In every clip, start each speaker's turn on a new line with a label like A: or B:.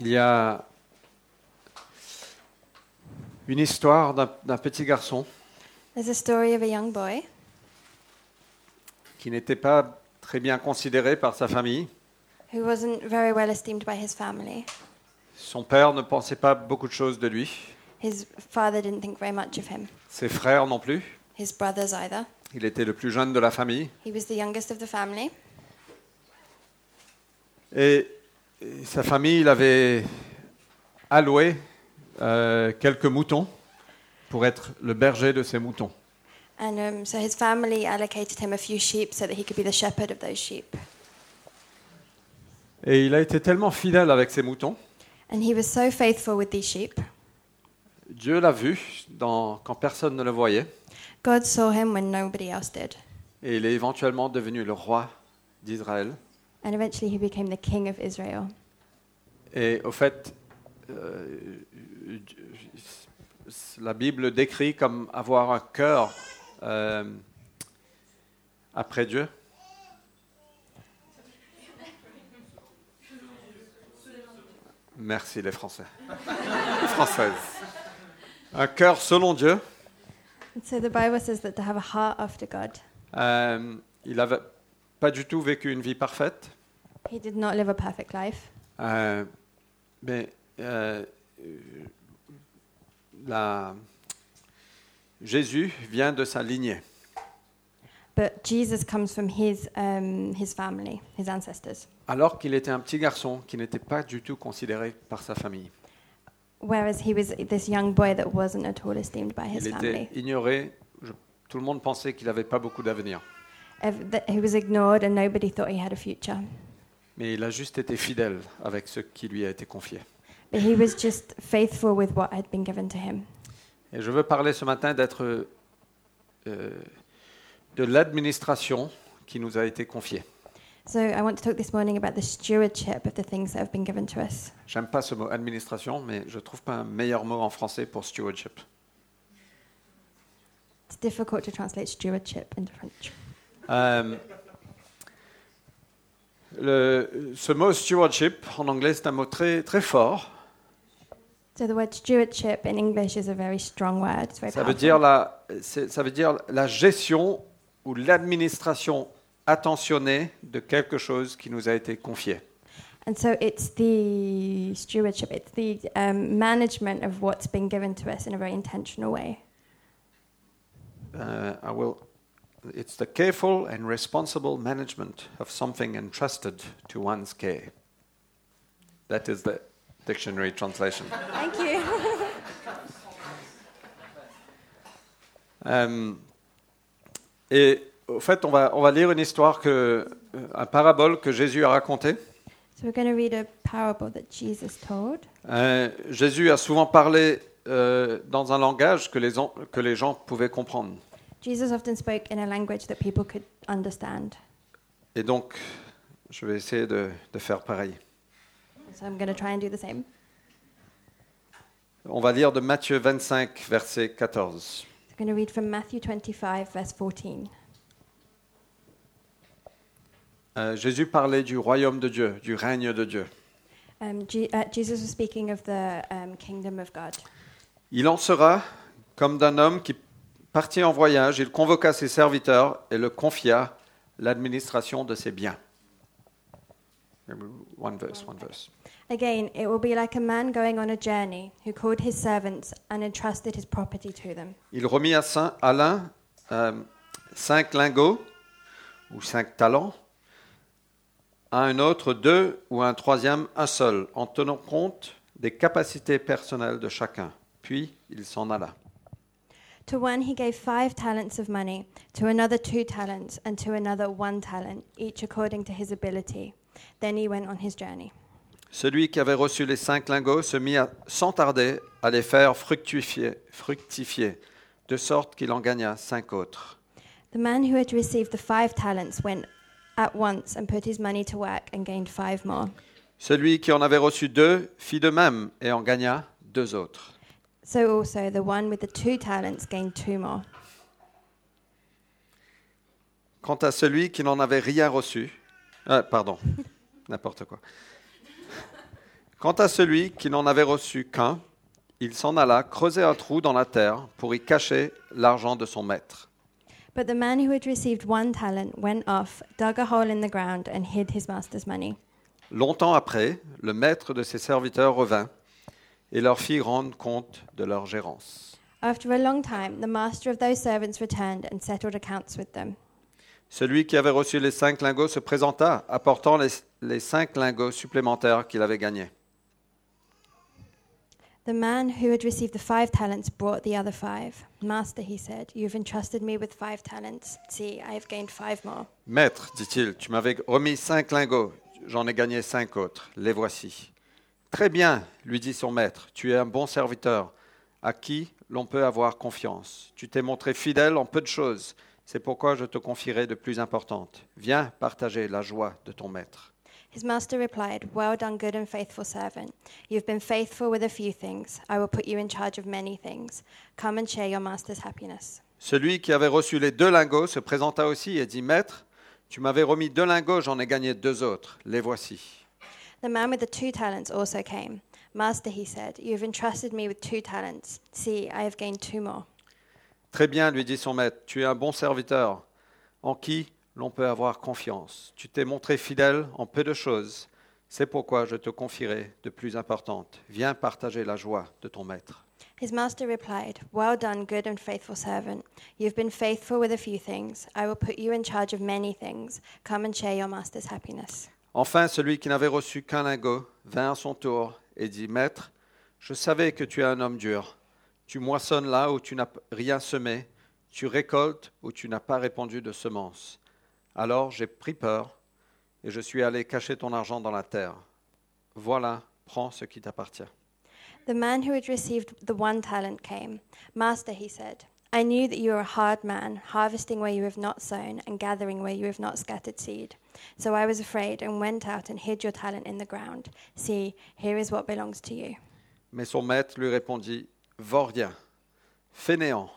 A: Il y a une histoire d'un d'un petit garçon
B: There's a story of a young boy
A: qui n'était pas très bien considéré par sa famille.
B: who wasn't very well esteemed by his family.
A: Son père ne pensait pas beaucoup de choses de lui,
B: His father didn't think very much of him,
A: ses frères non plus.
B: his brothers either.
A: Il était le plus jeune de la famille.
B: He was the youngest of the family,
A: Et et sa famille il avait alloué euh, quelques moutons pour être le berger de ses moutons.
B: and um, so his family allocated him a few sheep so that he could be the shepherd of those sheep.
A: Et il a été tellement fidèle avec ses moutons,
B: And he was so faithful with these sheep.
A: Dieu l'a vu dans- quand personne ne le voyait,
B: God saw him when nobody else did,
A: et il est éventuellement devenu le roi d'Israël.
B: and eventually he became the king of Israel.
A: Et au fait, euh, la Bible décrit comme avoir un cœur euh, après Dieu. Merci les Français. Les Françaises. Un cœur selon Dieu.
B: And so the Bible says that to have a heart after God,
A: Euh, il n'avait pas du tout vécu une vie parfaite.
B: he did not live a perfect life.
A: Euh, mais euh, euh, la- Jésus vient de sa lignée.
B: But Jesus comes from his, um, his family, his ancestors.
A: Alors qu'il était un petit garçon qui n'était pas du tout considéré par sa famille.
B: Whereas he was this young boy that wasn't at all esteemed by his
A: Il était
B: family.
A: ignoré. Je- tout le monde pensait qu'il n'avait pas beaucoup d'avenir.
B: Ev- that He was ignored and nobody thought he had a future.
A: Mais il a juste été fidèle avec ce qui lui a été confié.
B: But he was just faithful with what had been given to him.
A: Et je veux parler ce matin d'être euh, de l'administration qui nous a été confiée.
B: So I want to talk this morning about the stewardship of the things that have been given to us.
A: J'aime pas ce mot administration, mais je trouve pas un meilleur mot en français pour stewardship.
B: It's difficult to translate stewardship into French.
A: Euh, le- ce mot stewardship en anglais c'est un mot très très fort.
B: So the word stewardship in English is a very strong word. It's very
A: Ça veut
B: powerful.
A: dire la c'est- ça veut dire la gestion ou l'administration attentionnée de quelque chose qui nous a été confié.
B: And so it's the stewardship, it's the um, management of what's been given to us in a very intentional way.
A: Euh, I will- it's the careful and responsible management of something entrusted to one's care. That is the dictionary translation.
B: Thank you.
A: Euh, et au fait, on va, on va lire une histoire, que, euh, un parabole que Jésus a racontée.
B: So we're going to read a parable that Jesus told.
A: Euh, Jésus a souvent parlé euh, dans un langage que les, en- que les gens pouvaient comprendre.
B: Jesus often spoke in a language that people could understand.
A: Et donc, je vais essayer de, de faire pareil.
B: So I'm going to try and do the same.
A: On va lire de Matthieu 25, verset 14.
B: I'm going to read from Matthew 25, verse 14.
A: Euh, Jésus parlait du royaume de Dieu, du règne de Dieu.
B: Um, Je- uh, Jesus was speaking of the um, kingdom of God.
A: Il en sera comme d'un homme qui partit en voyage, il convoqua ses serviteurs et le confia l'administration de ses biens. One verse, one verse.
B: Again, it will be like a man going on a journey who called his servants and entrusted his property to them.
A: Il remit à, Saint, à l'un euh, cinq lingots ou cinq talents, à un autre deux ou à un troisième un seul, en tenant compte des capacités personnelles de chacun. Puis il s'en alla.
B: To one he gave five talents of money, to another two talents, and to another one talent, each according to his ability. Then he went on his journey.
A: Celui qui avait reçu les cinq lingots se mit à- sans tarder à les faire fructifier, fructifier, de sorte qu'il en gagna cinq autres.
B: The man who had received the five talents went at once and put his money to work and gained five more.
A: Celui qui en avait reçu deux fit de même et en gagna deux autres.
B: So also the one with the two talents gained two more.
A: Quant à celui qui euh, n'en avait rien reçu, ah, pardon, n'importe quoi. Quant à celui qui n'en avait reçu qu'un, il s'en alla creuser un trou dans la terre pour y cacher l'argent de son maître.
B: But the man who had received one talent went off, dug a hole in the ground, and hid his master's money.
A: Longtemps après, le maître de ses serviteurs revint et leur fit rendre compte de leur gérance.
B: After a long time, the master of those servants returned and settled accounts with them.
A: Celui qui avait reçu les cinq lingots se présenta, apportant les, les cinq lingots supplémentaires qu'il avait gagnés.
B: The man who had received the five talents brought the other five. Master, he said, you have entrusted me with five talents. See, I have gained five more.
A: Maître, dit-il, tu m'avais remis cinq lingots, j'en ai gagné cinq autres, les voici. Très bien, lui dit son maître, tu es un bon serviteur, à qui l'on peut avoir confiance. Tu t'es montré fidèle en peu de choses, c'est pourquoi je te confierai de plus importantes. Viens partager la joie de ton maître.
B: His master replied, Well done, good and faithful servant. You have been faithful with a few things. I will put you in charge of many things. Come and share your master's happiness.
A: Celui qui avait reçu les deux lingots se présenta aussi et dit, Maître, tu m'avais remis deux lingots, j'en ai gagné deux autres, les voici.
B: The man with the two talents also came. Master, he said, You have entrusted me with two talents. See, I have gained two more.
A: Très bien, lui dit son maître, tu es un bon serviteur, en qui l'on peut avoir confiance. Tu t'es montré fidèle en peu de choses, c'est pourquoi je te confierai de plus importantes. Viens partager la joie de ton maître.
B: His master replied, Well done, good and faithful servant. You have been faithful with a few things. I will put you in charge of many things. Come and share your master's happiness.
A: Enfin, celui qui n'avait reçu qu'un lingot vint à son tour et dit, Maître, je savais que tu es un homme dur. Tu moissonnes là où tu n'as rien semé, tu récoltes où tu n'as pas répandu de semences. Alors j'ai pris peur et je suis allé cacher ton argent dans la terre. Voilà, prends ce qui t'appartient.
B: The man who had received the one talent came. Master, he said, I knew that you are a hard man, harvesting where you have not sown and gathering where you have not scattered seed. So I was afraid and went out and hid your talent in the ground. See, here is what belongs to you.
A: Mais son maître lui répondit Vaurien, fainéant,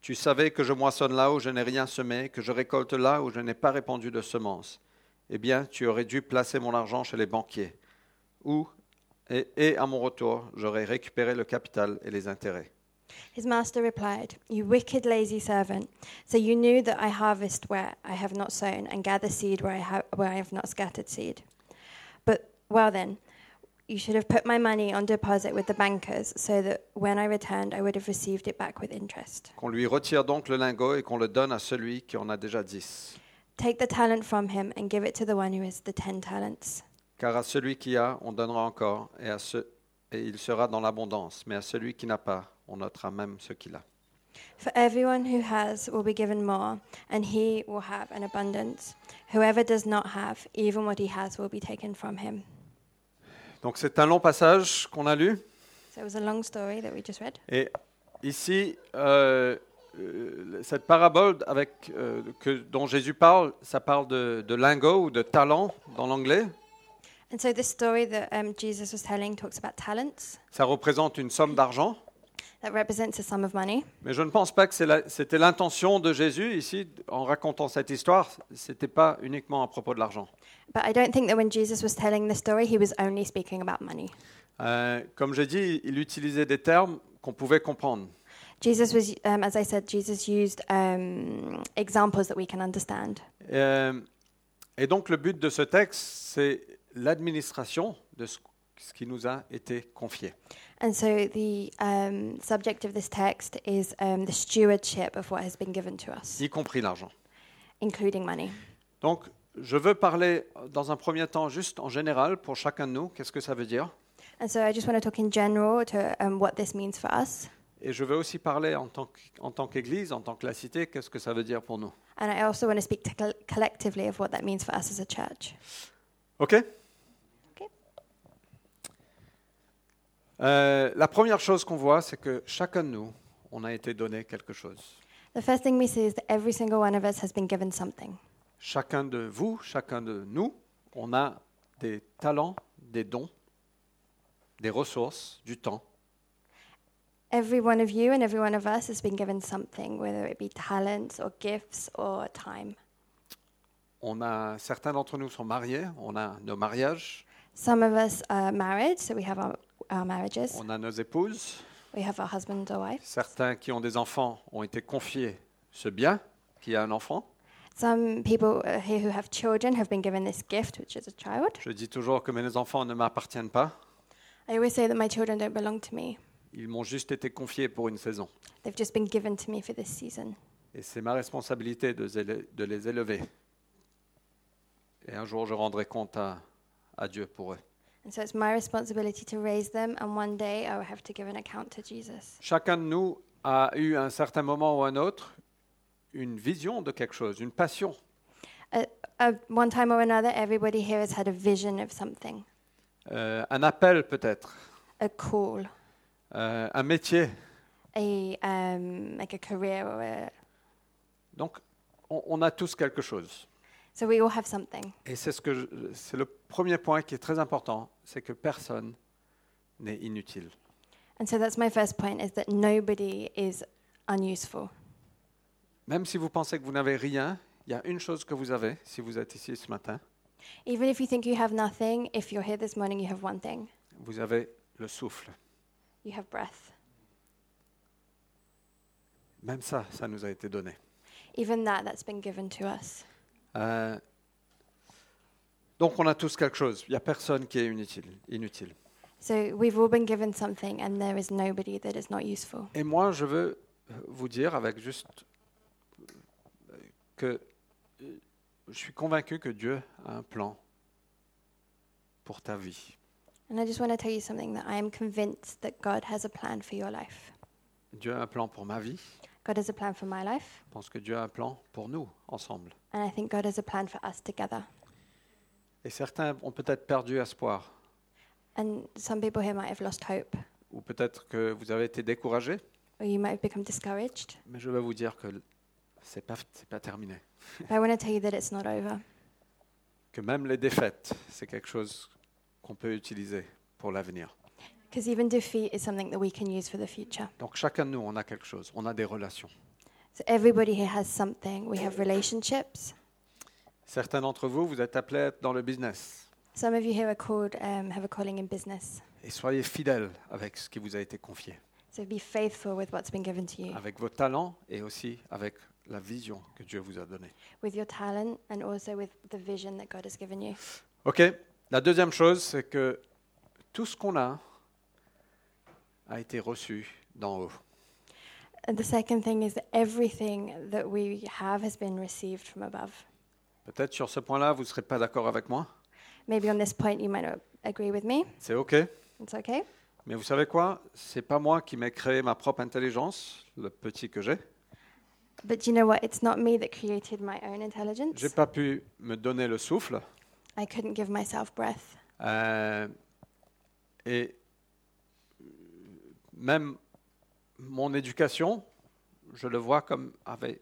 A: tu savais que je moissonne là où je n'ai rien semé, que je récolte là où je n'ai pas répandu de semences. Eh bien, tu aurais dû placer mon argent chez les banquiers, où, et, et à mon retour, j'aurais récupéré le capital et les intérêts.
B: His master replied, You wicked, lazy servant. So you knew that I harvest where I have not sown and gather seed where I, ha- where I have not scattered seed. But, well then, you should have put my money on deposit with the bankers so that when I returned, I would have received it back with interest.
A: Qu'on lui retire donc le lingot et qu'on le donne à celui qui en a déjà dix.
B: Take the talent from him and give it to the one who has the ten talents.
A: Car à celui qui a, on donnera encore, et, à ce, et il sera dans l'abondance. Mais à celui qui n'a pas, on notera même ce qu'il a.
B: For everyone who has will be given more, and he will have an abundance. Whoever does not have, even what he has will be taken from him.
A: Donc c'est un long passage qu'on a lu.
B: So it was a long story that we just read.
A: Et ici, euh, euh, cette parabole avec, euh, que, dont Jésus parle, ça parle de, de lingot ou de talent dans l'anglais.
B: And so this story that um, Jesus was telling talks about talents
A: Ça représente une somme d'argent.
B: that represents a sum of money.
A: Mais je ne pense pas que c'est la- c'était l'intention de Jésus ici en racontant cette histoire. C'était pas uniquement à propos de l'argent.
B: But I don't think that when Jesus was telling this story, he was only speaking about money.
A: Euh, comme j'ai dit, il utilisait des termes qu'on pouvait comprendre.
B: Jesus was, um, as I said, Jesus used um, examples that we can understand.
A: Euh, et donc le but de ce texte, c'est l'administration de ce, ce qui nous a été confié.
B: And so the um, subject of this text is um, the stewardship of what has been given to us,
A: y compris l'argent.
B: including money.
A: Donc, je veux parler euh, dans un premier temps juste en général pour chacun de nous, qu'est-ce que ça veut dire
B: And so I just want to talk in general to um, what this means for us.
A: Et je veux aussi parler en tant qu'- en tant qu'Église, en tant que la cité, qu'est-ce que ça veut dire pour nous
B: And I also want to speak to col- collectively of what that means for us as a church.
A: OK Euh, la première chose qu'on voit, c'est que chacun de nous, on a été donné quelque chose.
B: The first thing we see is that every single one of us has been given something.
A: Chacun de vous, chacun de nous, on a des talents, des dons, des ressources, du temps.
B: Every one of you and every one of us has been given something, whether it be talents or gifts or time.
A: On a, certains d'entre nous sont mariés, on a nos mariages,
B: Some of us are married, so we have our, our marriages,
A: On a nos épouses.
B: we have our husband or wife.
A: Certains qui ont des enfants ont été confiés ce bien qui a un enfant.
B: Some people uh, here who have children have been given this gift, which is a child.
A: Je dis toujours que mes enfants ne m'appartiennent pas.
B: I always say that my children don't belong to me,
A: Ils m'ont juste été confiés pour une saison.
B: they've just been given to me for this season.
A: Et c'est ma responsabilité de, zéle- de les élever. Et un jour, je rendrai compte à, à Dieu pour eux.
B: And so it's my responsibility to raise them, and one day I will have to give an account to Jesus.
A: Chacun de nous a eu à un certain moment ou un autre une vision de quelque chose, une passion.
B: At Uh, one time or another, everybody here has had a vision of something,
A: Euh, un appel peut-être,
B: a call,
A: euh, un métier.
B: a um, like a career, or a,
A: Donc, on, on a tous quelque chose.
B: so we all have something.
A: Et c'est ce que je- c'est le premier point qui est très important, c'est que personne n'est inutile.
B: And so that's my first point: is that nobody is unuseful.
A: Même si vous pensez que vous n'avez rien, il y a une chose que vous avez si vous êtes ici ce matin,
B: Even if you think you have nothing, if you're here this morning, you have one thing:
A: vous avez le souffle.
B: you have breath.
A: Même ça, ça nous a été donné.
B: Even that, that's been given to us.
A: Euh, donc on a tous quelque chose. Il n'y a personne qui est inutile, inutile.
B: So we've all been given something, and there is nobody that is not useful.
A: Et moi, je veux euh, vous dire avec juste euh, que euh, je suis convaincu que Dieu a un plan pour ta vie.
B: And I just want to tell you something that I am convinced that God has a plan for your life.
A: Dieu a un plan pour ma vie.
B: God has a plan for my life,
A: Je pense que Dieu a un plan pour nous ensemble.
B: and I think God has a plan for us together.
A: Et certains ont peut-être perdu espoir,
B: And some people here might have lost hope,
A: ou peut-être que vous avez été découragés,
B: or you might have become discouraged.
A: mais je vais vous dire que c'est pas, c'est pas terminé.
B: But I want to tell you that it's not over.
A: Que même les défaites, c'est quelque chose qu'on peut utiliser pour l'avenir.
B: Because even defeat is something that we can use for the future.
A: Donc chacun de nous, on a quelque chose, on a des relations.
B: So everybody here has something. We have relationships.
A: Certains d'entre vous, vous êtes appelés à être dans le business.
B: Some of you here are called, um, have a calling in business.
A: Et soyez fidèles avec ce qui vous a été confié,
B: So be faithful with what's been given to you,
A: avec vos talents et aussi avec la vision que Dieu vous a donnée.
B: with your talent, and also with the vision that God has given you.
A: OK. La deuxième chose, c'est que tout ce qu'on a a été reçu d'en haut.
B: And the second thing is that everything that we have has been received from above.
A: Peut-être sur ce point-là, vous ne serez pas d'accord avec moi.
B: Maybe on this point you might not agree with me.
A: C'est OK.
B: It's okay.
A: Mais vous savez quoi C'est pas moi qui m'ai créé ma propre intelligence, le petit que j'ai.
B: But you know what? It's not me that created my own intelligence.
A: J'ai pas pu me donner le souffle.
B: I couldn't give myself breath.
A: Euh, et même mon éducation, je le vois comme avec-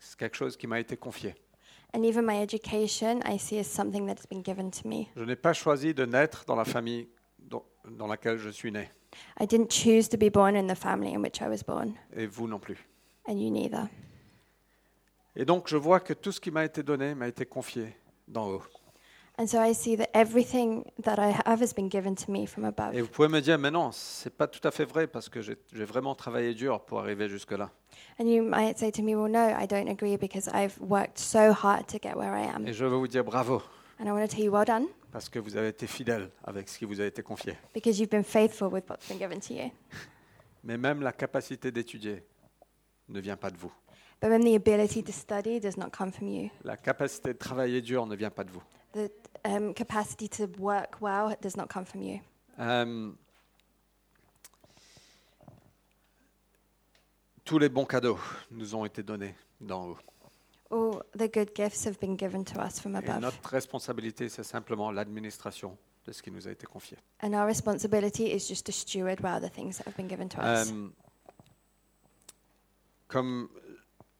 A: c'est quelque chose qui m'a été confié.
B: And even my education, I see as something that has been given to me.
A: Je n'ai pas choisi de naître dans la famille dont- dans laquelle je suis né,
B: I didn't choose to be born in the family in which I was born,
A: et vous non plus.
B: and you neither.
A: Et donc je vois que tout ce qui m'a été donné m'a été confié d'en haut.
B: And so I see that everything that I have has been given to me from above.
A: Et vous pouvez me dire, mais non, c'est pas tout à fait vrai parce que j'ai j'ai vraiment travaillé dur pour arriver jusque-là.
B: And you might say to me, well, no, I don't agree because I've worked so hard to get where I am.
A: Et je veux vous dire bravo
B: And I want to tell you, well done,
A: parce que vous avez été fidèle avec ce qui vous a été confié.
B: because you've been faithful with what's been given to you.
A: Mais même la capacité d'étudier ne vient pas de vous.
B: But then the ability to study does not come from you.
A: La capacité de travailler dur ne vient pas de vous.
B: The um, capacity to work well does not come from you.
A: Euh, tous les bons cadeaux nous ont été donnés d'en haut.
B: All the good gifts have been given to us from
A: Et
B: above.
A: notre responsabilité, c'est simplement l'administration de ce qui nous a été confié.
B: and our responsibility is just to steward well the things that have been given to us.
A: Euh, comme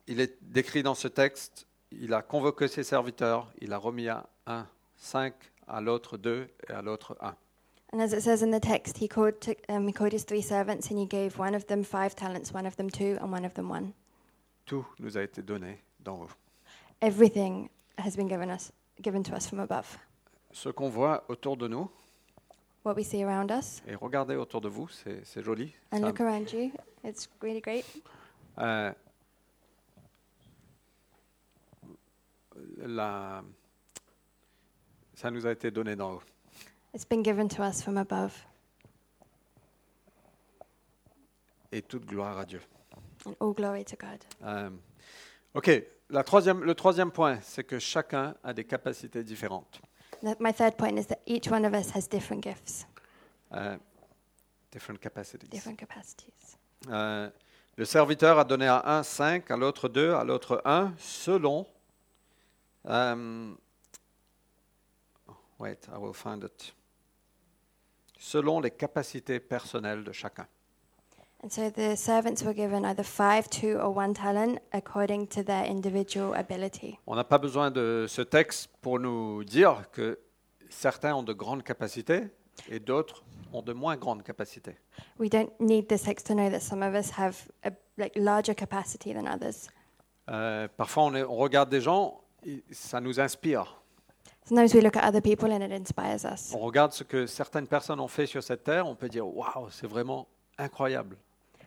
A: il est décrit dans ce texte, il a convoqué ses serviteurs, il a remis à un cinq, à l'autre deux et à l'autre un.
B: and as it says in the text, he called, to, um, he called his three servants and he gave one of them five talents, one of them two, and one of them one.
A: Tout nous a été donné d'en haut.
B: Everything has been given, us, given to us from above.
A: Ce qu'on voit autour de nous,
B: what we see around us
A: Et regardez autour de vous, c'est c'est joli.
B: and
A: ça-
B: look around you. It's really great.
A: Euh, la- ça nous a été donné d'en haut.
B: It's been given to us from above,
A: Et toute gloire à Dieu.
B: and all glory to God.
A: Euh, ok, la troisième, le troisième point, c'est que chacun a des capacités différentes.
B: That- My third point is that each one of us has different gifts,
A: Euh, different capacities.
B: different capacities.
A: Euh, le serviteur a donné à un 5, à l'autre 2, à l'autre 1, selon. euh, wait, I will find it. Selon les capacités personnelles de chacun.
B: And so the servants were given either five, two, or one talent according to their individual ability.
A: On n'a pas besoin de ce texte pour nous dire que certains ont de grandes capacités et d'autres ont de moins grandes capacités.
B: We don't need this text to know that some of us have a like larger capacity than others.
A: Euh, parfois, on, est- on regarde des gens, et ça nous inspire.
B: Sometimes we look at other people and it inspires us.
A: On regarde ce que certaines personnes ont fait sur cette terre, on peut dire waouh, c'est vraiment incroyable.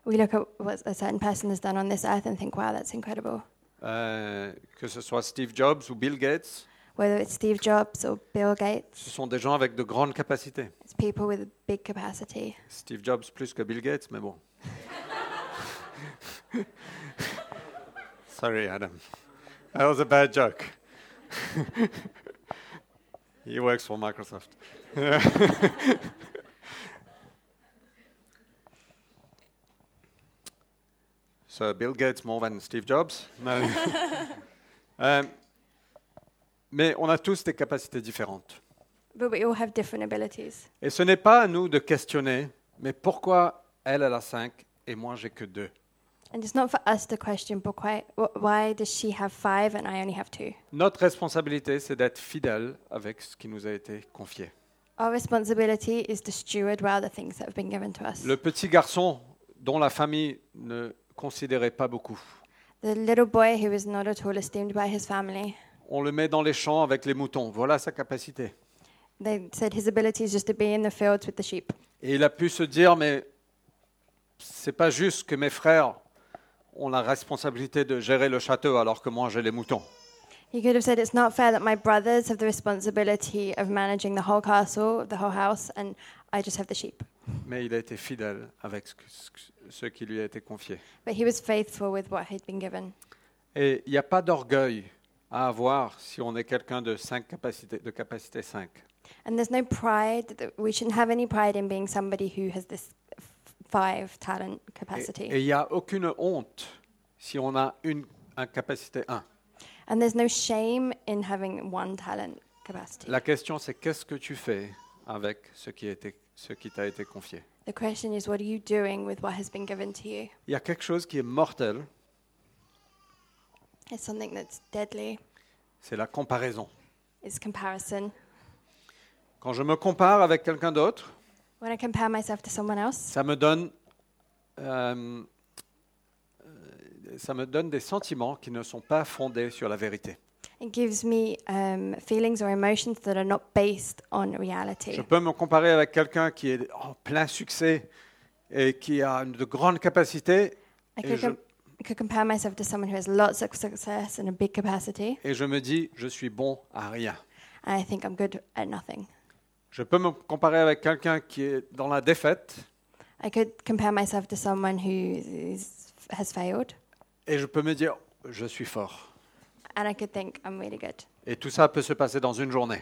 B: We look at what a certain person has done on this earth and think, wow, that's incredible.
A: Euh, que ce soit Steve Jobs ou Bill Gates,
B: Whether it's Steve Jobs or Bill Gates,
A: ce sont des gens avec de grandes capacités.
B: it's people with a big capacity.
A: Steve Jobs plus que Bill Gates, mais bon. Sorry, Adam. That was a bad joke. He works for Microsoft. so Bill Gates more than Steve Jobs. No. Euh, mais on a tous des capacités différentes.
B: But we all have different abilities.
A: Et ce n'est pas à nous de questionner, mais pourquoi elle, elle a 5 et moi, j'ai que 2
B: And it's not for us to question, but why, wh- why does she have five and I only have two?
A: Notre responsabilité, c'est d'être fidèle avec ce qui nous a été confié.
B: Our responsibility is to steward well the things that have been given to us.
A: Le petit garçon dont la famille ne considérait pas beaucoup,
B: The little boy who is not at all esteemed by his family,
A: on le met dans les champs avec les moutons, voilà sa capacité.
B: they said his ability is just to be in the fields with the sheep.
A: Et il a pu se dire, mais c'est pas juste que mes frères ont la responsabilité de gérer le château alors que moi j'ai les moutons.
B: He could have said, It's not fair that my brothers have the responsibility of managing the whole castle, the whole house, and I just have the sheep.
A: Mais il a été fidèle avec ce que- ce que- ce qui lui a été confié.
B: But he was faithful with what he'd been given.
A: Et il n'y a pas d'orgueil à avoir si on est quelqu'un de, cinq capacités, de capacité 5.
B: And there's no pride, that we shouldn't have any pride in being somebody who has this f- five talent capacity.
A: Et il n'y a aucune honte si on a une un capacité 1.
B: and there's no shame in having one talent capacity.
A: La question c'est qu'est-ce que tu fais avec ce qui était- ce qui t'a été confié
B: The question is, what are you doing with what has been given to you?
A: Il y a quelque chose qui est mortel,
B: It's something that's deadly.
A: c'est la comparaison.
B: It's comparison.
A: Quand je me compare avec quelqu'un d'autre,
B: When I compare myself to someone else,
A: ça me donne euh, euh, ça me donne des sentiments qui ne sont pas fondés sur la vérité.
B: it gives me um, feelings or emotions that are not based on
A: Je
B: reality.
A: peux me comparer avec quelqu'un qui est en plein succès et qui a une- de grandes capacités
B: I
A: Et
B: could,
A: je-
B: com- I could compare myself to someone who has lots of success and a big capacity,
A: et je me dis je suis bon à rien.
B: and I think I'm good at nothing.
A: Je peux me comparer avec quelqu'un qui est dans la défaite
B: I could compare myself to someone who is, has failed,
A: et je peux me dire je suis fort.
B: and I could think I'm really good.
A: Et tout ça peut se passer dans une journée.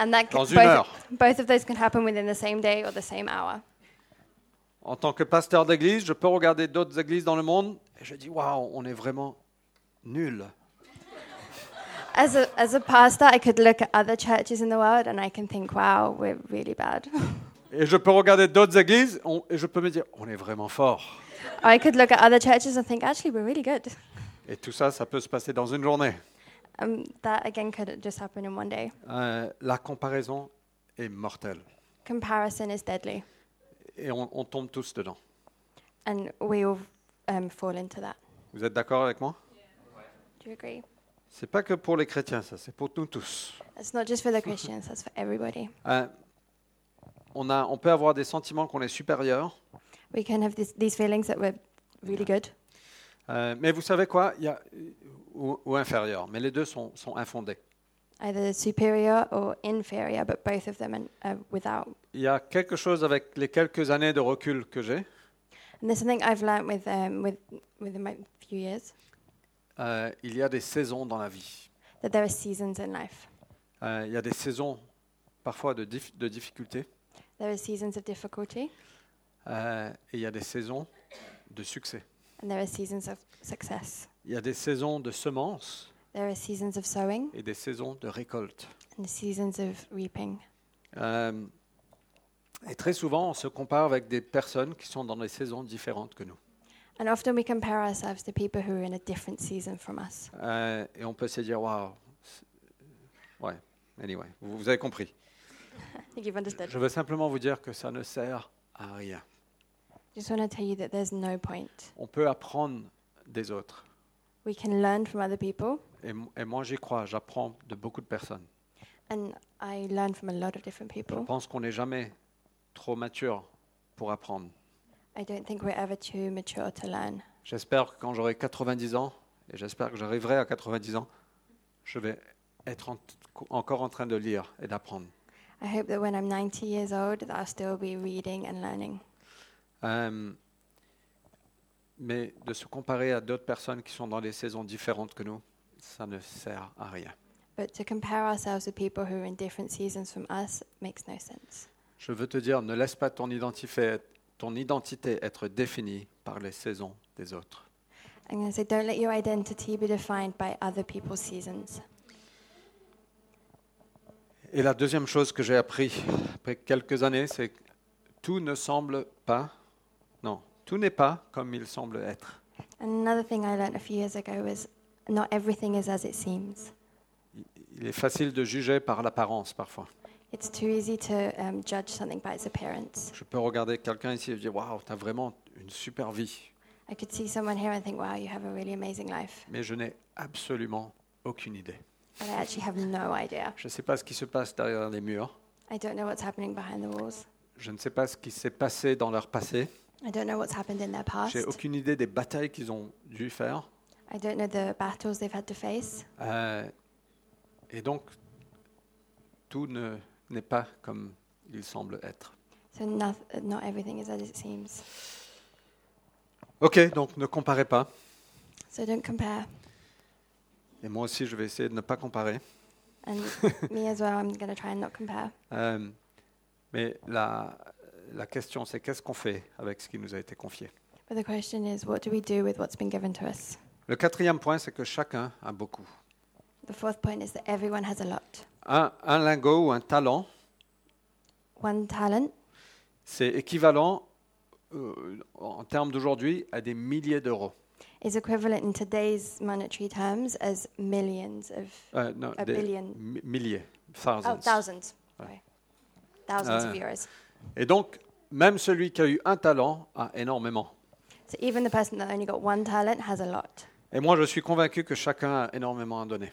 B: And that could,
A: Dans une
B: both, both of those can happen within the same day or the same hour.
A: En tant que pasteur d'église, je peux regarder d'autres églises dans le monde et je dis waouh, on est vraiment nul.
B: As a, as a pastor, I could look at other churches in the world and I can think, wow, we're really bad.
A: Et je peux regarder d'autres églises on- et je peux me dire on est vraiment fort.
B: or I could look at other churches and think, actually, we're really good.
A: Et tout ça, ça peut se passer dans une journée.
B: Um, that again could just happen in one day.
A: Euh, la comparaison est mortelle.
B: Comparison is deadly,
A: Et on, on tombe tous dedans.
B: and we all um, fall into that.
A: Vous êtes d'accord avec moi
B: Do you agree?
A: C'est pas que pour les chrétiens, ça, c'est pour nous tous.
B: It's not just for the Christians, that's for everybody.
A: Euh, on, a, on peut avoir des sentiments qu'on est supérieur.
B: We can have this, these feelings that we're really good
A: euh, mais vous savez quoi Il y a, ou, ou inférieur. Mais les deux sont, sont infondés.
B: either superior or inferior, but both of them are without.
A: Il y a quelque chose avec les quelques années de recul que j'ai.
B: And there's something I've learned with um, with within my few years
A: Euh, il y a des saisons dans la vie.
B: that there are seasons in life.
A: Euh, il y a des saisons parfois de, dif- de difficultés.
B: There are seasons of difficulty
A: Euh, et il y a des saisons de succès.
B: and there are seasons of success.
A: Il y a des saisons de semences
B: There are seasons of sowing
A: et des saisons de récolte.
B: and seasons of reaping.
A: Euh, et très souvent, on se compare avec des personnes qui sont dans des saisons différentes que nous.
B: And often we compare ourselves to people who are in a different season from us.
A: Euh, et on peut se dire, waouh, c'est- ouais, anyway, vous, vous avez compris.
B: I think you've understood.
A: Je veux simplement vous dire que ça ne sert à rien.
B: Just want to tell you that there's no point.
A: On peut apprendre des autres.
B: We can learn from other people,
A: Et, m- et moi, j'y crois, j'apprends de beaucoup de personnes.
B: and I learn from a lot of different
A: Je
B: people.
A: pense qu'on n'est jamais trop mature pour apprendre.
B: I don't think we're ever too mature to learn.
A: J'espère que quand j'aurai 90 ans, et j'espère que j'arriverai à 90 ans, je vais être en- encore en train de lire et d'apprendre.
B: I hope that when I'm 90 years old, that I'll still be reading and learning.
A: Euh, mais de se comparer à d'autres personnes qui sont dans des saisons différentes que nous, ça ne sert à rien.
B: But to compare ourselves with people who are in different seasons from us makes no sense.
A: Je veux te dire, ne laisse pas ton identité, ton identité être définie par les saisons des autres.
B: I'm going to say, don't let your identity be defined by other people's seasons.
A: Et la deuxième chose que j'ai appris après quelques années, c'est que tout ne semble pas, non, tout n'est pas comme il semble être.
B: And another thing I learned a few years ago was not everything is as it seems.
A: Il- Il est facile de juger par l'apparence parfois.
B: It's too easy to um, judge something by its appearance.
A: Je peux regarder quelqu'un ici et dire Waouh, t'as vraiment une super vie.
B: I could see someone here and think, wow, you have a really amazing life.
A: Mais je n'ai absolument aucune idée.
B: But I actually have no idea.
A: Je ne sais pas ce qui se passe derrière les murs.
B: I don't know what's happening behind the walls.
A: Je ne sais pas ce qui s'est passé dans leur passé.
B: I don't know what's happened in their past.
A: J'ai aucune idée des batailles qu'ils ont dû faire.
B: I don't know the battles they've had to face.
A: Euh, et donc, tout ne- n'est pas comme il semble être.
B: So not, not everything is as it seems.
A: Ok, donc ne comparez pas.
B: So don't compare.
A: Et moi aussi, je vais essayer de ne pas comparer.
B: And me as well, I'm going to try and not compare.
A: Euh, mais la, la question, c'est qu'est-ce qu'on fait avec ce qui nous a été confié
B: But the question is, what do we do with what's been given to us?
A: Le quatrième point, c'est que chacun a beaucoup.
B: The fourth point is that everyone has a lot.
A: Un, un lingot ou un talent,
B: One talent
A: c'est équivalent, euh, en termes d'aujourd'hui, à des milliers d'euros.
B: is equivalent in today's monetary terms as millions of,
A: Euh, non,
B: A
A: des
B: billion.
A: mi- milliers,
B: oh,
A: thousands.
B: thousands.
A: Right.
B: Sorry. Thousands of
A: Uh,
B: euros.
A: Et donc, même celui qui a eu un talent a énormément.
B: So even the person that only got one talent has a lot.
A: Et moi, je suis convaincu que chacun a énormément à donner.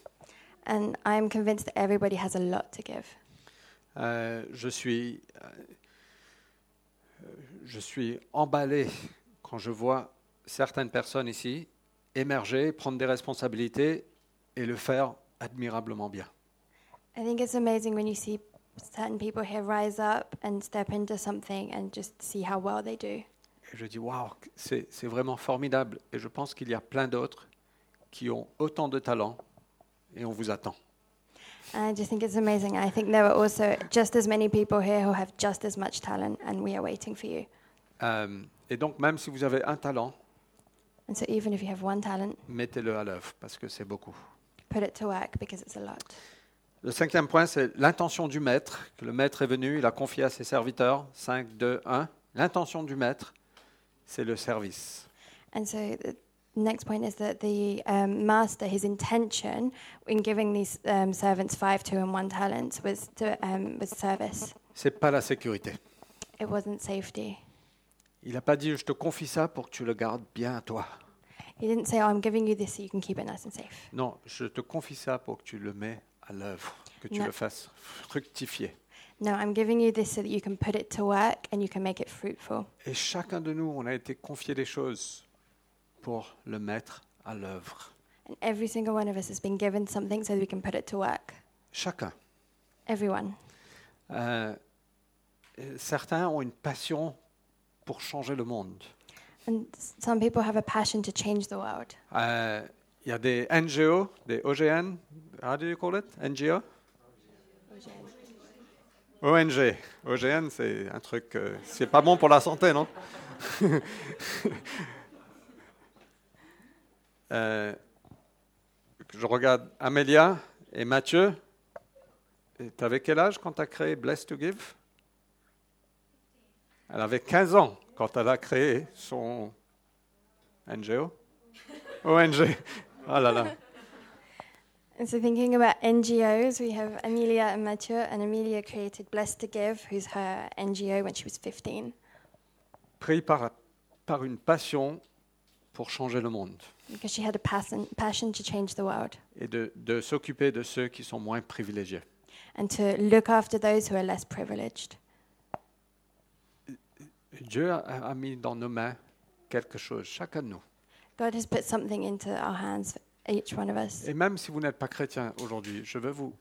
B: And I'm convinced that everybody has a lot to give.
A: Euh, je, suis, euh, je suis emballé quand je vois certaines personnes ici émerger, prendre des responsabilités et le faire admirablement bien.
B: I think it's amazing when you see certain people here rise up and step into something and just see how well they do.
A: Et je dis, waouh, c'est c'est vraiment formidable. Et je pense qu'il y a plein d'autres qui ont autant de talent et on vous attend.
B: And I just think it's amazing. I think there are also just as many people here who have just as much talent, and we are waiting for you.
A: Euh, et donc, même si vous avez un talent,
B: And so, even if you have one talent,
A: mettez-le à l'œuvre parce que c'est beaucoup.
B: put it to work because it's a lot.
A: Le cinquième point, c'est l'intention du maître, que le maître est venu, il a confié à ses serviteurs. 5, 2, 1. L'intention du maître, c'est le service.
B: And so, the next point is that the um, master, his intention in giving these um, servants five, two, and one talents was to um, was service.
A: C'est pas la sécurité.
B: It wasn't safety.
A: Il n'a pas dit je te confie ça pour que tu le gardes bien à toi.
B: He didn't say, "Oh, I'm giving you this so you can keep it nice and safe."
A: Non, je te confie ça pour que tu le mets à l'œuvre, que tu
B: Non.
A: le fasses fructifier.
B: No, I'm giving you this so that you can put it to work and you can make it fruitful.
A: Et chacun de nous, on a été confié des choses pour le mettre à l'œuvre.
B: And every single one of us has been given something so that we can put it to work.
A: Chacun.
B: Everyone.
A: Euh, euh, certains ont une passion pour changer le monde.
B: And s- some people have a passion to change the world.
A: Euh, Il y a des NGO, des OGN, how do you call it? NGO? ONG. OGN, c'est un truc, euh, c'est pas bon pour la santé, non Euh, Je regarde Amélia et Mathieu. Et T'avais quel âge quand tu as créé Bless to Give Elle avait 15 ans quand elle a créé son NGO. ONG. Ah là là.
B: And so, thinking about NGOs, we have Amelia and Mathieu, and Amelia created Blessed to Give, who's her NGO when she was 15,
A: Pris par, par une passion pour changer le monde
B: because she had a passion, passion to change the world
A: et de, de s'occuper de ceux qui sont moins privilégiés.
B: and to look after those who are less privileged.
A: Dieu a, a mis dans nos mains quelque chose, chacun de nous.
B: God has put something into our hands, each one of us.
A: Et même si vous n'êtes pas chrétien aujourd'hui, je veux vous,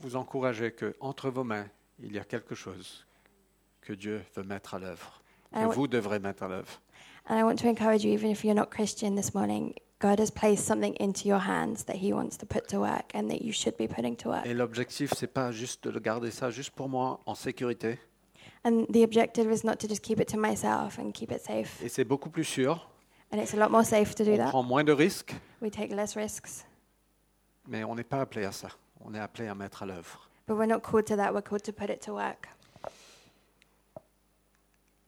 A: vous encourager que entre vos mains, il y a quelque chose que Dieu veut mettre à l'œuvre,
B: Ah
A: que
B: ouais.
A: vous devrez mettre à l'œuvre.
B: And I want to encourage you, even if you're not Christian this morning, God has placed something into your hands that He wants to put to work and that you should be putting to work.
A: Et l'objectif, c'est pas juste de le garder ça juste pour moi en sécurité.
B: And the objective is not to just keep it to myself and keep it safe.
A: Et c'est beaucoup plus sûr.
B: And it's a lot more safe to do
A: On
B: that.
A: prend moins de risques,
B: We take less risks,
A: mais on n'est pas appelé à ça. On est appelé à mettre à l'œuvre.
B: but we're not called to that. We're called to put it to work.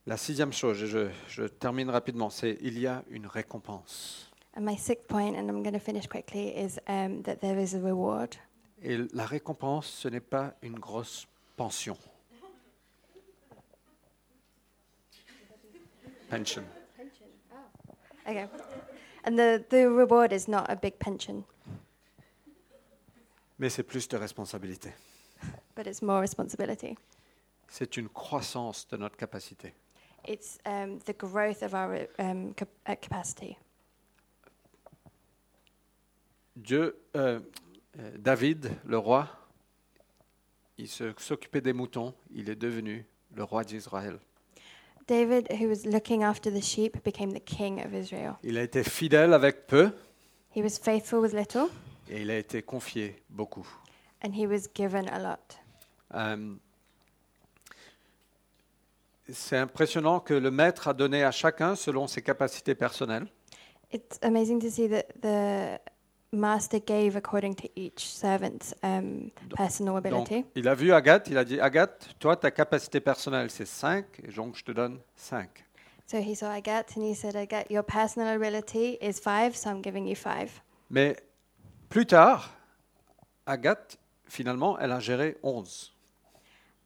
A: La sixième chose, et je, je termine rapidement, c'est il y a une récompense.
B: And my sixth point, and I'm going to finish quickly, is um, that there is a reward.
A: Et la récompense, ce n'est pas une grosse pension. Pension.
B: Okay. And the, the reward is not a big pension,
A: Mais c'est plus de responsabilité.
B: but it's more responsibility.
A: C'est une croissance de notre capacité.
B: It's um, the growth of our um, cap- uh, capacity.
A: Dieu, euh, euh, David, le roi, il se- s'occupait des moutons, il est devenu le roi d'Israël.
B: David, who was looking after the sheep, became the king of Israel.
A: Il a été fidèle avec peu
B: He was faithful with little,
A: et il a été confié beaucoup.
B: and he was given a lot.
A: Euh, c'est impressionnant que le maître a donné à chacun selon ses capacités personnelles.
B: It's amazing to see that the master gave according to each servant's um, personal
A: Donc,
B: ability.
A: il a vu Agathe, il a dit Agathe, toi, ta capacité personnelle, c'est 5, et donc je te donne 5.
B: So he saw Agat and he said, Agat, your personal ability is five, so I'm giving you five.
A: Mais plus tard, Agathe, finalement, elle a géré 11.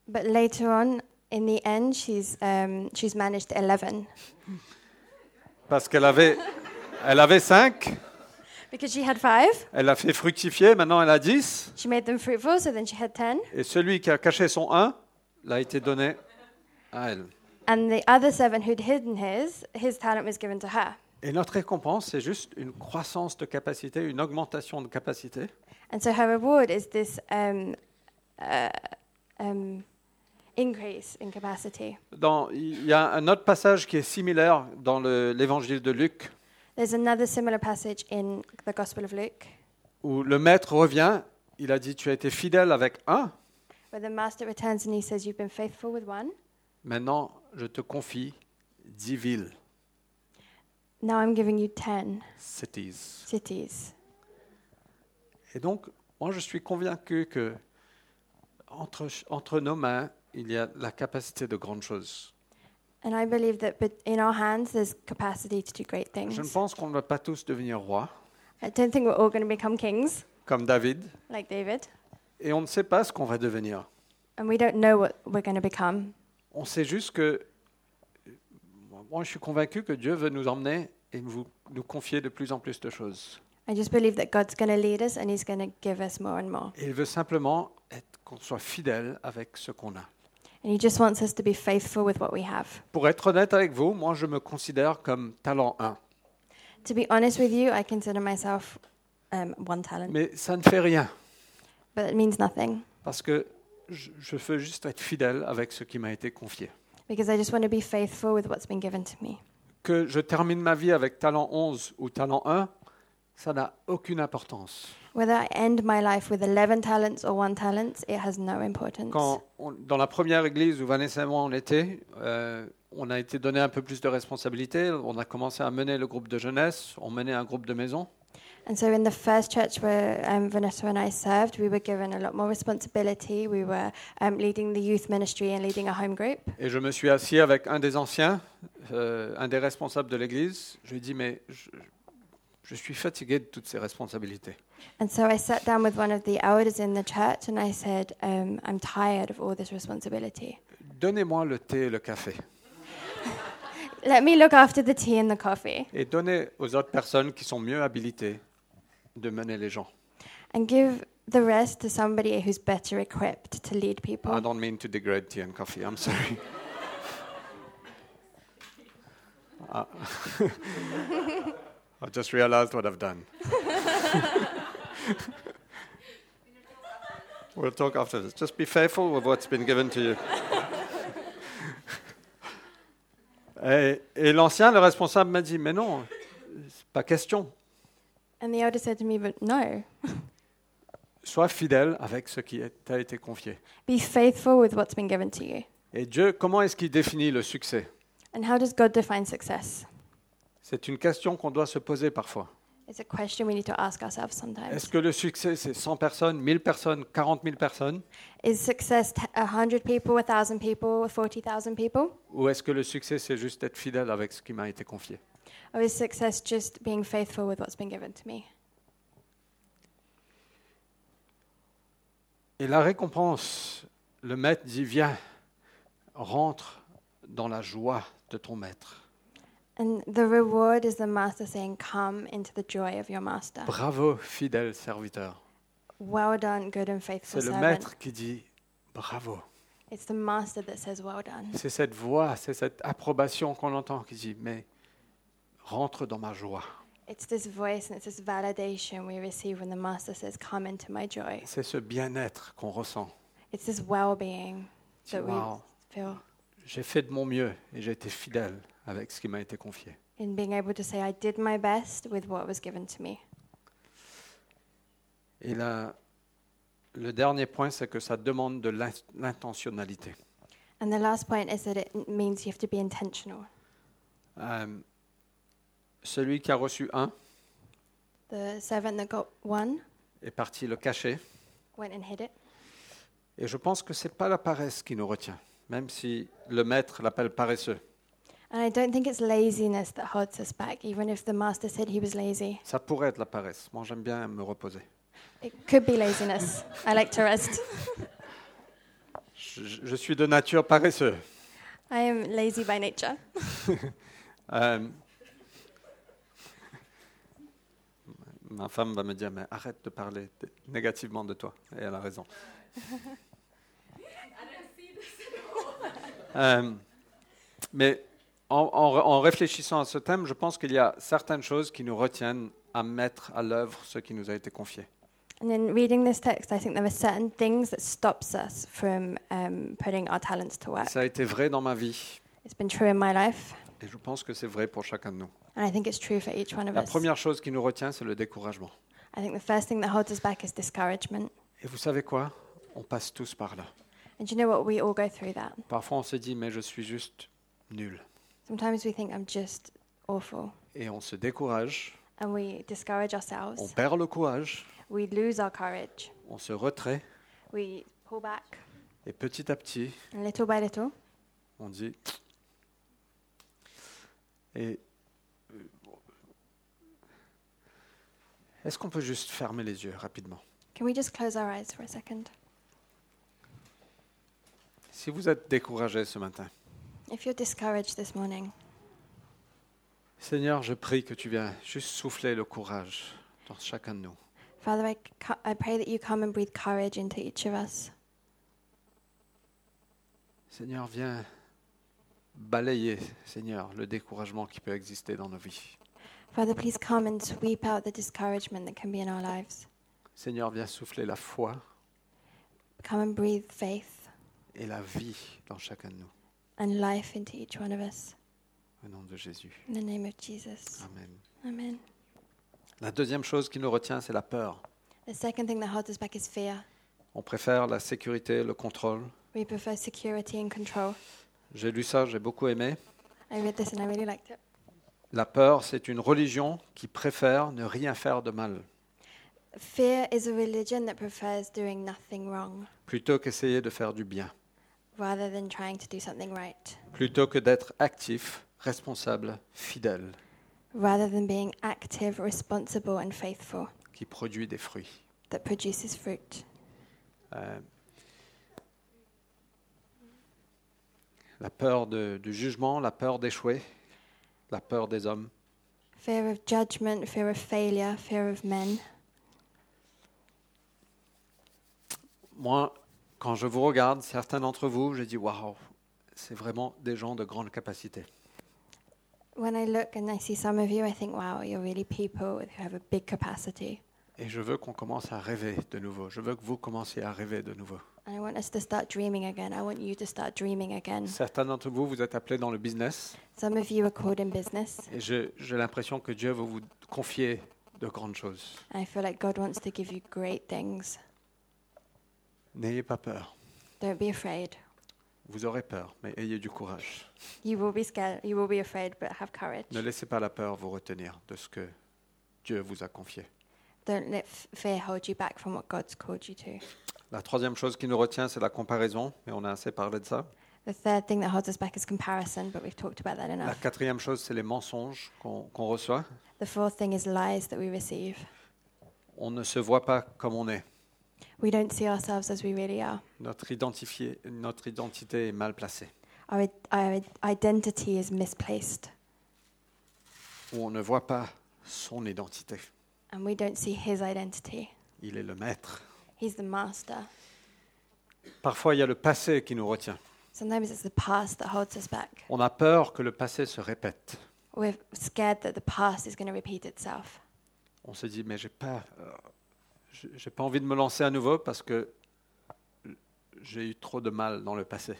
B: But later on, in the end, she's, um, she's managed 11
A: Parce qu'elle avait, elle avait 5,
B: because she had five.
A: elle a fait fructifier, maintenant elle a 10,
B: She made them fruitful, so then she had 10.
A: et celui qui a caché son 1 l'a été donné à elle.
B: And the other servant who'd hidden his, his talent was given to her.
A: Et notre récompense, c'est juste une croissance de capacité, une augmentation de capacité.
B: And so her reward is this um, uh, um, increase in capacity.
A: Dans- Il y a un autre passage qui est similaire dans le- l'évangile de Luc,
B: There's another similar passage in the Gospel of Luke
A: où le maître revient, il a dit, tu as été fidèle avec un,
B: where the master returns and he says, You've been faithful with one.
A: maintenant je te confie dix villes,
B: Now I'm giving you 10
A: cities.
B: cities.
A: Et donc, moi je suis convaincu que entre, ch- entre nos mains, il y a la capacité de grandes choses.
B: And I believe that but in our hands there's capacity to do great
A: Je ne
B: things.
A: pense qu'on ne va pas tous devenir roi,
B: I don't think we're all going to become kings
A: comme David,
B: like David.
A: et on ne sait pas ce qu'on va devenir.
B: And we don't know what we're going to become.
A: On sait juste que. Moi, je suis convaincu que Dieu veut nous emmener et vous- nous confier de plus en plus de choses.
B: I just believe that God's going to lead us and he's going to give us more and more.
A: Et il veut simplement être- qu'on soit fidèle avec ce qu'on a.
B: And He just wants us to be faithful with what we have.
A: Pour être honnête avec vous, moi je me considère comme talent 1.
B: To be honest with you, I consider myself um, one talent,
A: Mais ça ne fait rien,
B: but it means nothing
A: parce que je, je veux juste être fidèle avec ce qui m'a été confié.
B: because I just want to be faithful with what's been given to me.
A: Que je termine ma vie avec talent 11 ou talent 1, ça n'a aucune importance.
B: Whether I end my life with 11 talents or one talent, it has no importance.
A: Quand on- dans la première église où Vanessa et moi on était, euh, on a été donné un peu plus de responsabilités. On a commencé à mener le groupe de jeunesse, on menait un groupe de maison.
B: And so, in the first church where um, Vanessa and I served, we were given a lot more responsibility. We were um, leading the youth ministry and leading a home group.
A: Et je me suis assis avec un des anciens, euh, un des responsables de l'église. Je lui ai dit, mais je, je suis fatigué de toutes ces responsabilités.
B: And so, I sat down with one of the elders in the church and I said, um, I'm tired of all this responsibility.
A: Donnez-moi le thé et le café.
B: Let me look after the tea and the coffee
A: Et donnez aux autres personnes qui sont mieux habilitées de mener les gens.
B: and give the rest to somebody who's better equipped to lead people.
A: I don't mean to degrade tea and coffee. I'm sorry. Ah. I just realized what I've done. we'll talk after this. Just be faithful with what's been given to you. Et, et l'ancien, le responsable, m'a dit Mais non, c'est pas question.
B: And the elder said to me, But no,
A: Sois fidèle avec ce qui est- t'a été confié.
B: be faithful with what's been given to you.
A: Et Dieu, comment est-ce qu'il définit le succès
B: And how does God define success?
A: C'est une question qu'on doit se poser parfois.
B: It's a question we need to ask ourselves sometimes.
A: Est-ce que le succès, c'est 100 personnes, 1000 personnes, 40 000 personnes
B: Is success t- 100 people, 1,000 people, 40,000 people?
A: Ou est-ce que le succès, c'est juste être fidèle avec ce qui m'a été confié
B: Or is success just being faithful with what's been given to me?
A: Et la récompense, le maître dit, viens, rentre dans la joie de ton maître.
B: And the reward is the master saying, Come into the joy of your master.
A: Bravo, fidèle serviteur.
B: Well done, good and faithful
A: C'est le
B: servant.
A: maître qui dit, bravo.
B: It's the master that says, Well done.
A: C'est cette voix, c'est cette approbation qu'on entend qui dit, mais rentre dans ma joie.
B: It's this voice and it's this validation we receive when the master says, Come into my joy.
A: C'est ce bien-être qu'on ressent.
B: It's this well being that
A: Wow.
B: we feel
A: J'ai fait de mon mieux et j'ai été fidèle avec ce qui m'a été confié.
B: in being able to say, I did my best with what was given to me.
A: Et la- le dernier point, c'est que ça demande de l'in- l'intentionnalité.
B: And the last point is that it n- means you have to be intentional.
A: Euh, celui qui a reçu un
B: The servant that got one
A: est parti le cacher.
B: went and hid it.
A: Et je pense que ce n'est pas la paresse qui nous retient, même si le maître l'appelle paresseux.
B: And I don't think it's laziness that holds us back, even if the master said he was lazy.
A: Ça pourrait être la paresse. Moi, j'aime bien me reposer.
B: It could be laziness. I like to rest.
A: Je, je- je suis de nature paresseux.
B: I am lazy by nature.
A: Euh, ma femme va me dire, mais arrête de parler t- négativement de toi. Et elle a raison. Euh, mais en, en ré- en réfléchissant à ce thème, je pense qu'il y a certaines choses qui nous retiennent à mettre à l'œuvre ce qui nous a été confié.
B: And in reading this text, I think there are certain things that stops us from um, putting our talents to work.
A: Ça a été vrai dans ma vie
B: It's been true in my life,
A: et je pense que c'est vrai pour chacun de nous.
B: and I think it's true for each one of
A: La
B: us.
A: première chose qui nous retient, c'est le découragement.
B: I think the first thing that holds us back is discouragement.
A: Et vous savez quoi On passe tous par là.
B: And you know what? We all go through that.
A: Parfois, on se dit, mais je suis juste nul.
B: Sometimes we think I'm just awful,
A: Et on se décourage,
B: and we discourage
A: on
B: ourselves.
A: perd le courage,
B: We lose our courage.
A: on se retrait,
B: We pull back,
A: et petit à petit,
B: and little by little,
A: on dit. Et euh, est-ce qu'on peut juste fermer les yeux rapidement
B: can we just close our eyes for a second?
A: Si vous êtes découragé ce matin,
B: If you're discouraged this morning,
A: Seigneur, je prie que tu viennes juste souffler le courage dans chacun de nous.
B: Father, I, c- I pray that you come and breathe courage into each of us.
A: Seigneur, viens balayer, Seigneur, le découragement qui peut exister dans nos vies.
B: Father, please come and sweep out the discouragement that can be in our lives.
A: Seigneur, viens souffler la foi
B: Come and breathe faith
A: et la vie dans chacun de nous.
B: and life into each one of us.
A: Au nom de Jésus.
B: In the name of Jesus.
A: Amen.
B: Amen.
A: La deuxième chose qui nous retient, c'est la peur.
B: The second thing that holds us back is fear.
A: On préfère la sécurité, le contrôle.
B: We prefer security and control.
A: J'ai lu ça, j'ai beaucoup aimé.
B: I read this and I really liked it.
A: La peur, c'est une religion qui préfère ne rien faire de mal,
B: Fear is a religion that prefers doing nothing wrong
A: plutôt qu'essayer de faire du bien,
B: rather than trying to do something right,
A: plutôt que d'être actif, responsable, fidèle,
B: rather than being active, responsible, and faithful
A: qui produit des fruits.
B: that produces fruit.
A: Euh, la peur de- du jugement, la peur d'échouer, la peur des hommes.
B: Fear of judgment, fear of failure, fear of men.
A: Moi, quand je vous regarde, certains d'entre vous, j'ai dit waouh, c'est vraiment des gens de grande capacité.
B: When I look and I see some of you, I think, wow, you're really people who have a big capacity.
A: Et je veux qu'on commence à rêver de nouveau. Je veux que vous commenciez à rêver de nouveau.
B: And I want us to start dreaming again. I want you to start dreaming again.
A: Certains d'entre vous, vous êtes appelés dans le business.
B: Some of you are called in business.
A: Et je- j'ai l'impression que Dieu veut vous confier de grandes choses.
B: I feel like God wants to give you great things.
A: N'ayez pas peur.
B: Don't be afraid.
A: Vous aurez peur, mais ayez du courage.
B: You will be scared. You will be afraid, but have courage.
A: Ne laissez pas la peur vous retenir de ce que Dieu vous a confié.
B: Don't let f- fear hold you back from what God's called you to.
A: La troisième chose qui nous retient, c'est la comparaison, mais on a assez parlé de ça.
B: The third thing that holds us back is comparison, but we've talked about that
A: La
B: enough.
A: quatrième chose, c'est les mensonges qu'on qu'on reçoit.
B: The fourth thing is lies that we receive.
A: On ne se voit pas comme on est.
B: We don't see ourselves as we really are.
A: Notre, identifié- notre identité est mal placée.
B: Our, our identity is misplaced,
A: Ou on ne voit pas son identité.
B: and we don't see His identity.
A: Il est le maître.
B: He's the master.
A: Parfois, il y a le passé qui nous retient.
B: Sometimes it's the past that holds us back.
A: On a peur que le passé se répète.
B: We're scared that the past is going to repeat itself.
A: On se dit, mais j'ai pas, euh, j'ai j'ai pas envie de me lancer à nouveau parce que j'ai eu trop de mal dans le passé.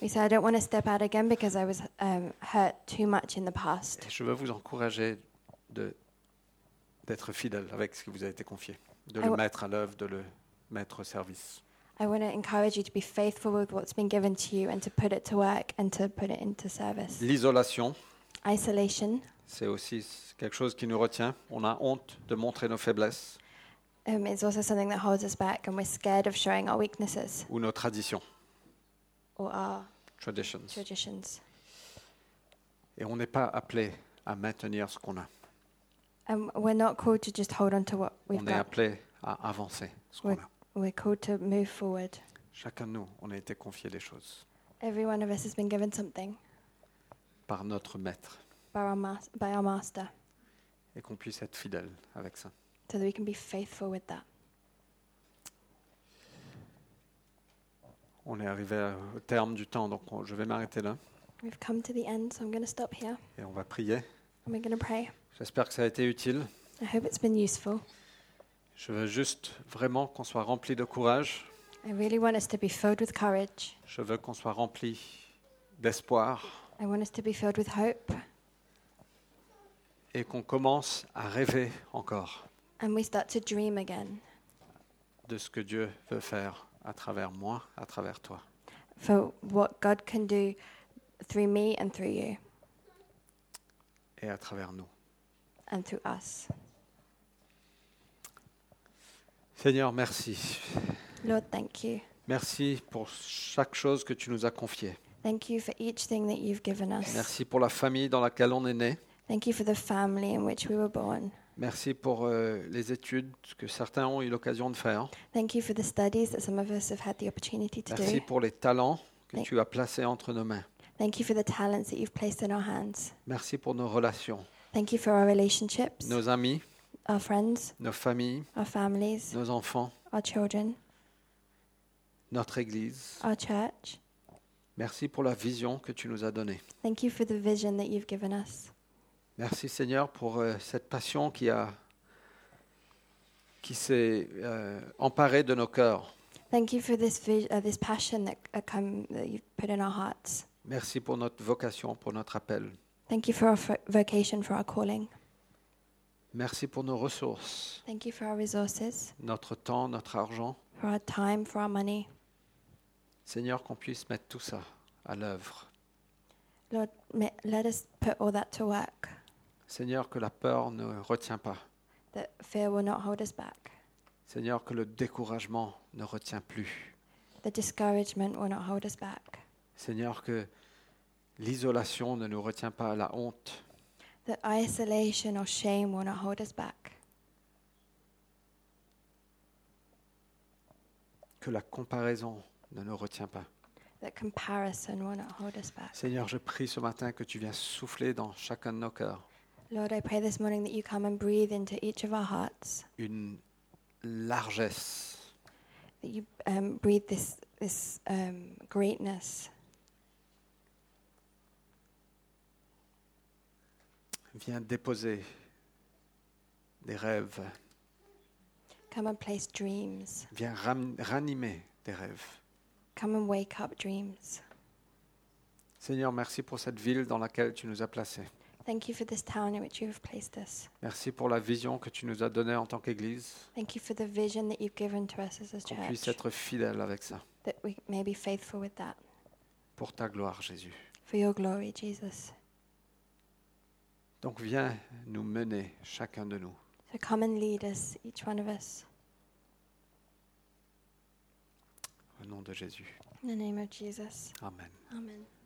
B: We say, I don't want to step out again because I was um, hurt too much in the past.
A: Et je veux vous encourager de d'être fidèle avec ce qui vous a été confié, de
B: Ah
A: le
B: ouais.
A: mettre à l'œuvre, de le mettre au service.
B: I want to encourage you to be faithful with what's been given to you and to put it to work and to put it into service.
A: L'isolation,
B: Isolation
A: c'est aussi quelque chose qui nous retient. On a honte de montrer nos faiblesses
B: um, is also something that holds us back, and we're scared of showing our weaknesses
A: ou nos traditions,
B: or our
A: traditions.
B: traditions.
A: Et on n'est pas appelé à maintenir ce qu'on a.
B: And we're not called to just hold on to what we've
A: On est
B: got.
A: appelé à avancer ce qu'on
B: We're,
A: a.
B: we're called to move forward.
A: Chacun de nous, on a été confié des choses
B: Every one of us has been given something
A: par notre maître
B: by our, mas- by our master
A: et qu'on puisse être fidèle avec ça.
B: so that we can be faithful with that.
A: On est arrivé au terme du temps, donc on- je vais m'arrêter là
B: We've come to the end, so I'm going to stop here
A: et on va prier.
B: and we're going to pray.
A: J'espère que ça a été utile.
B: I hope it's been useful.
A: Je veux juste vraiment qu'on soit rempli de courage.
B: I really want us to be filled with courage.
A: Je veux qu'on soit rempli d'espoir
B: I want us to be filled with hope.
A: et qu'on commence à rêver encore
B: And we start to dream again
A: de ce que Dieu veut faire à travers moi, à travers toi.
B: for what God can do through me and through you
A: et à travers nous.
B: and through us.
A: Seigneur, merci.
B: Lord, thank you.
A: Merci pour chaque chose que tu nous as confiée.
B: Thank you for each thing that you've given us.
A: Merci pour la famille dans laquelle on est né.
B: Thank you for the family in which we were born.
A: Merci pour euh, les études que certains ont eu l'occasion de faire.
B: Thank you for the studies that some of us have had the opportunity to
A: Merci
B: do.
A: pour les talents que
B: Oui.
A: tu as placés entre nos mains.
B: Thank you for the talents that you've placed in our hands.
A: Merci pour nos relations,
B: Thank you for our relationships,
A: nos amis,
B: our friends,
A: nos familles,
B: our families,
A: nos enfants,
B: our children, Ah.
A: notre Église,
B: our church,
A: Merci pour la vision que tu nous as donnée.
B: Thank you for the vision that you've given us.
A: Merci Seigneur pour euh, cette passion qui, a, qui s'est euh, emparée de nos cœurs.
B: Thank you for this vi- uh, this passion that uh, come that you've put in our hearts.
A: Merci pour notre vocation, pour notre appel.
B: Thank you for our fo- vocation, for our calling.
A: Merci pour nos ressources,
B: Thank you for our resources,
A: notre temps, notre argent.
B: for our time, for our money.
A: Seigneur, qu'on puisse mettre tout ça à l'œuvre.
B: Lord, may, let us put all that to work,
A: Seigneur, que la peur ne retient pas.
B: that fear will not hold us back,
A: Seigneur, que le découragement ne retient plus.
B: the discouragement will not hold us back,
A: Seigneur, que l'isolation ne nous retient pas à la honte.
B: that isolation or shame will not hold us back,
A: que la comparaison ne nous retient pas.
B: that comparison will not hold us back.
A: Seigneur, je prie ce matin que tu viens souffler dans chacun de nos cœurs
B: Lord, I pray this morning that you come and breathe into each of our hearts,
A: une largesse,
B: that you um, breathe this this um, greatness,
A: viens déposer des rêves,
B: come and place dreams,
A: viens ram- ranimer des rêves.
B: come and wake up dreams.
A: Seigneur, merci pour cette ville dans laquelle tu nous as placés.
B: Thank you for this town in which you have placed us.
A: Merci pour la vision que tu nous as donnée en tant qu'Église,
B: Thank you for the vision that you've given to us as a
A: qu'on puisse
B: church,
A: être fidèle avec ça.
B: that we may be faithful with that.
A: Pour ta gloire, Jésus.
B: For your glory, Jesus.
A: Donc viens nous mener, chacun de nous.
B: So come and lead us, each one of us.
A: Au nom de Jésus.
B: In the name of Jesus.
A: Amen.
B: Amen.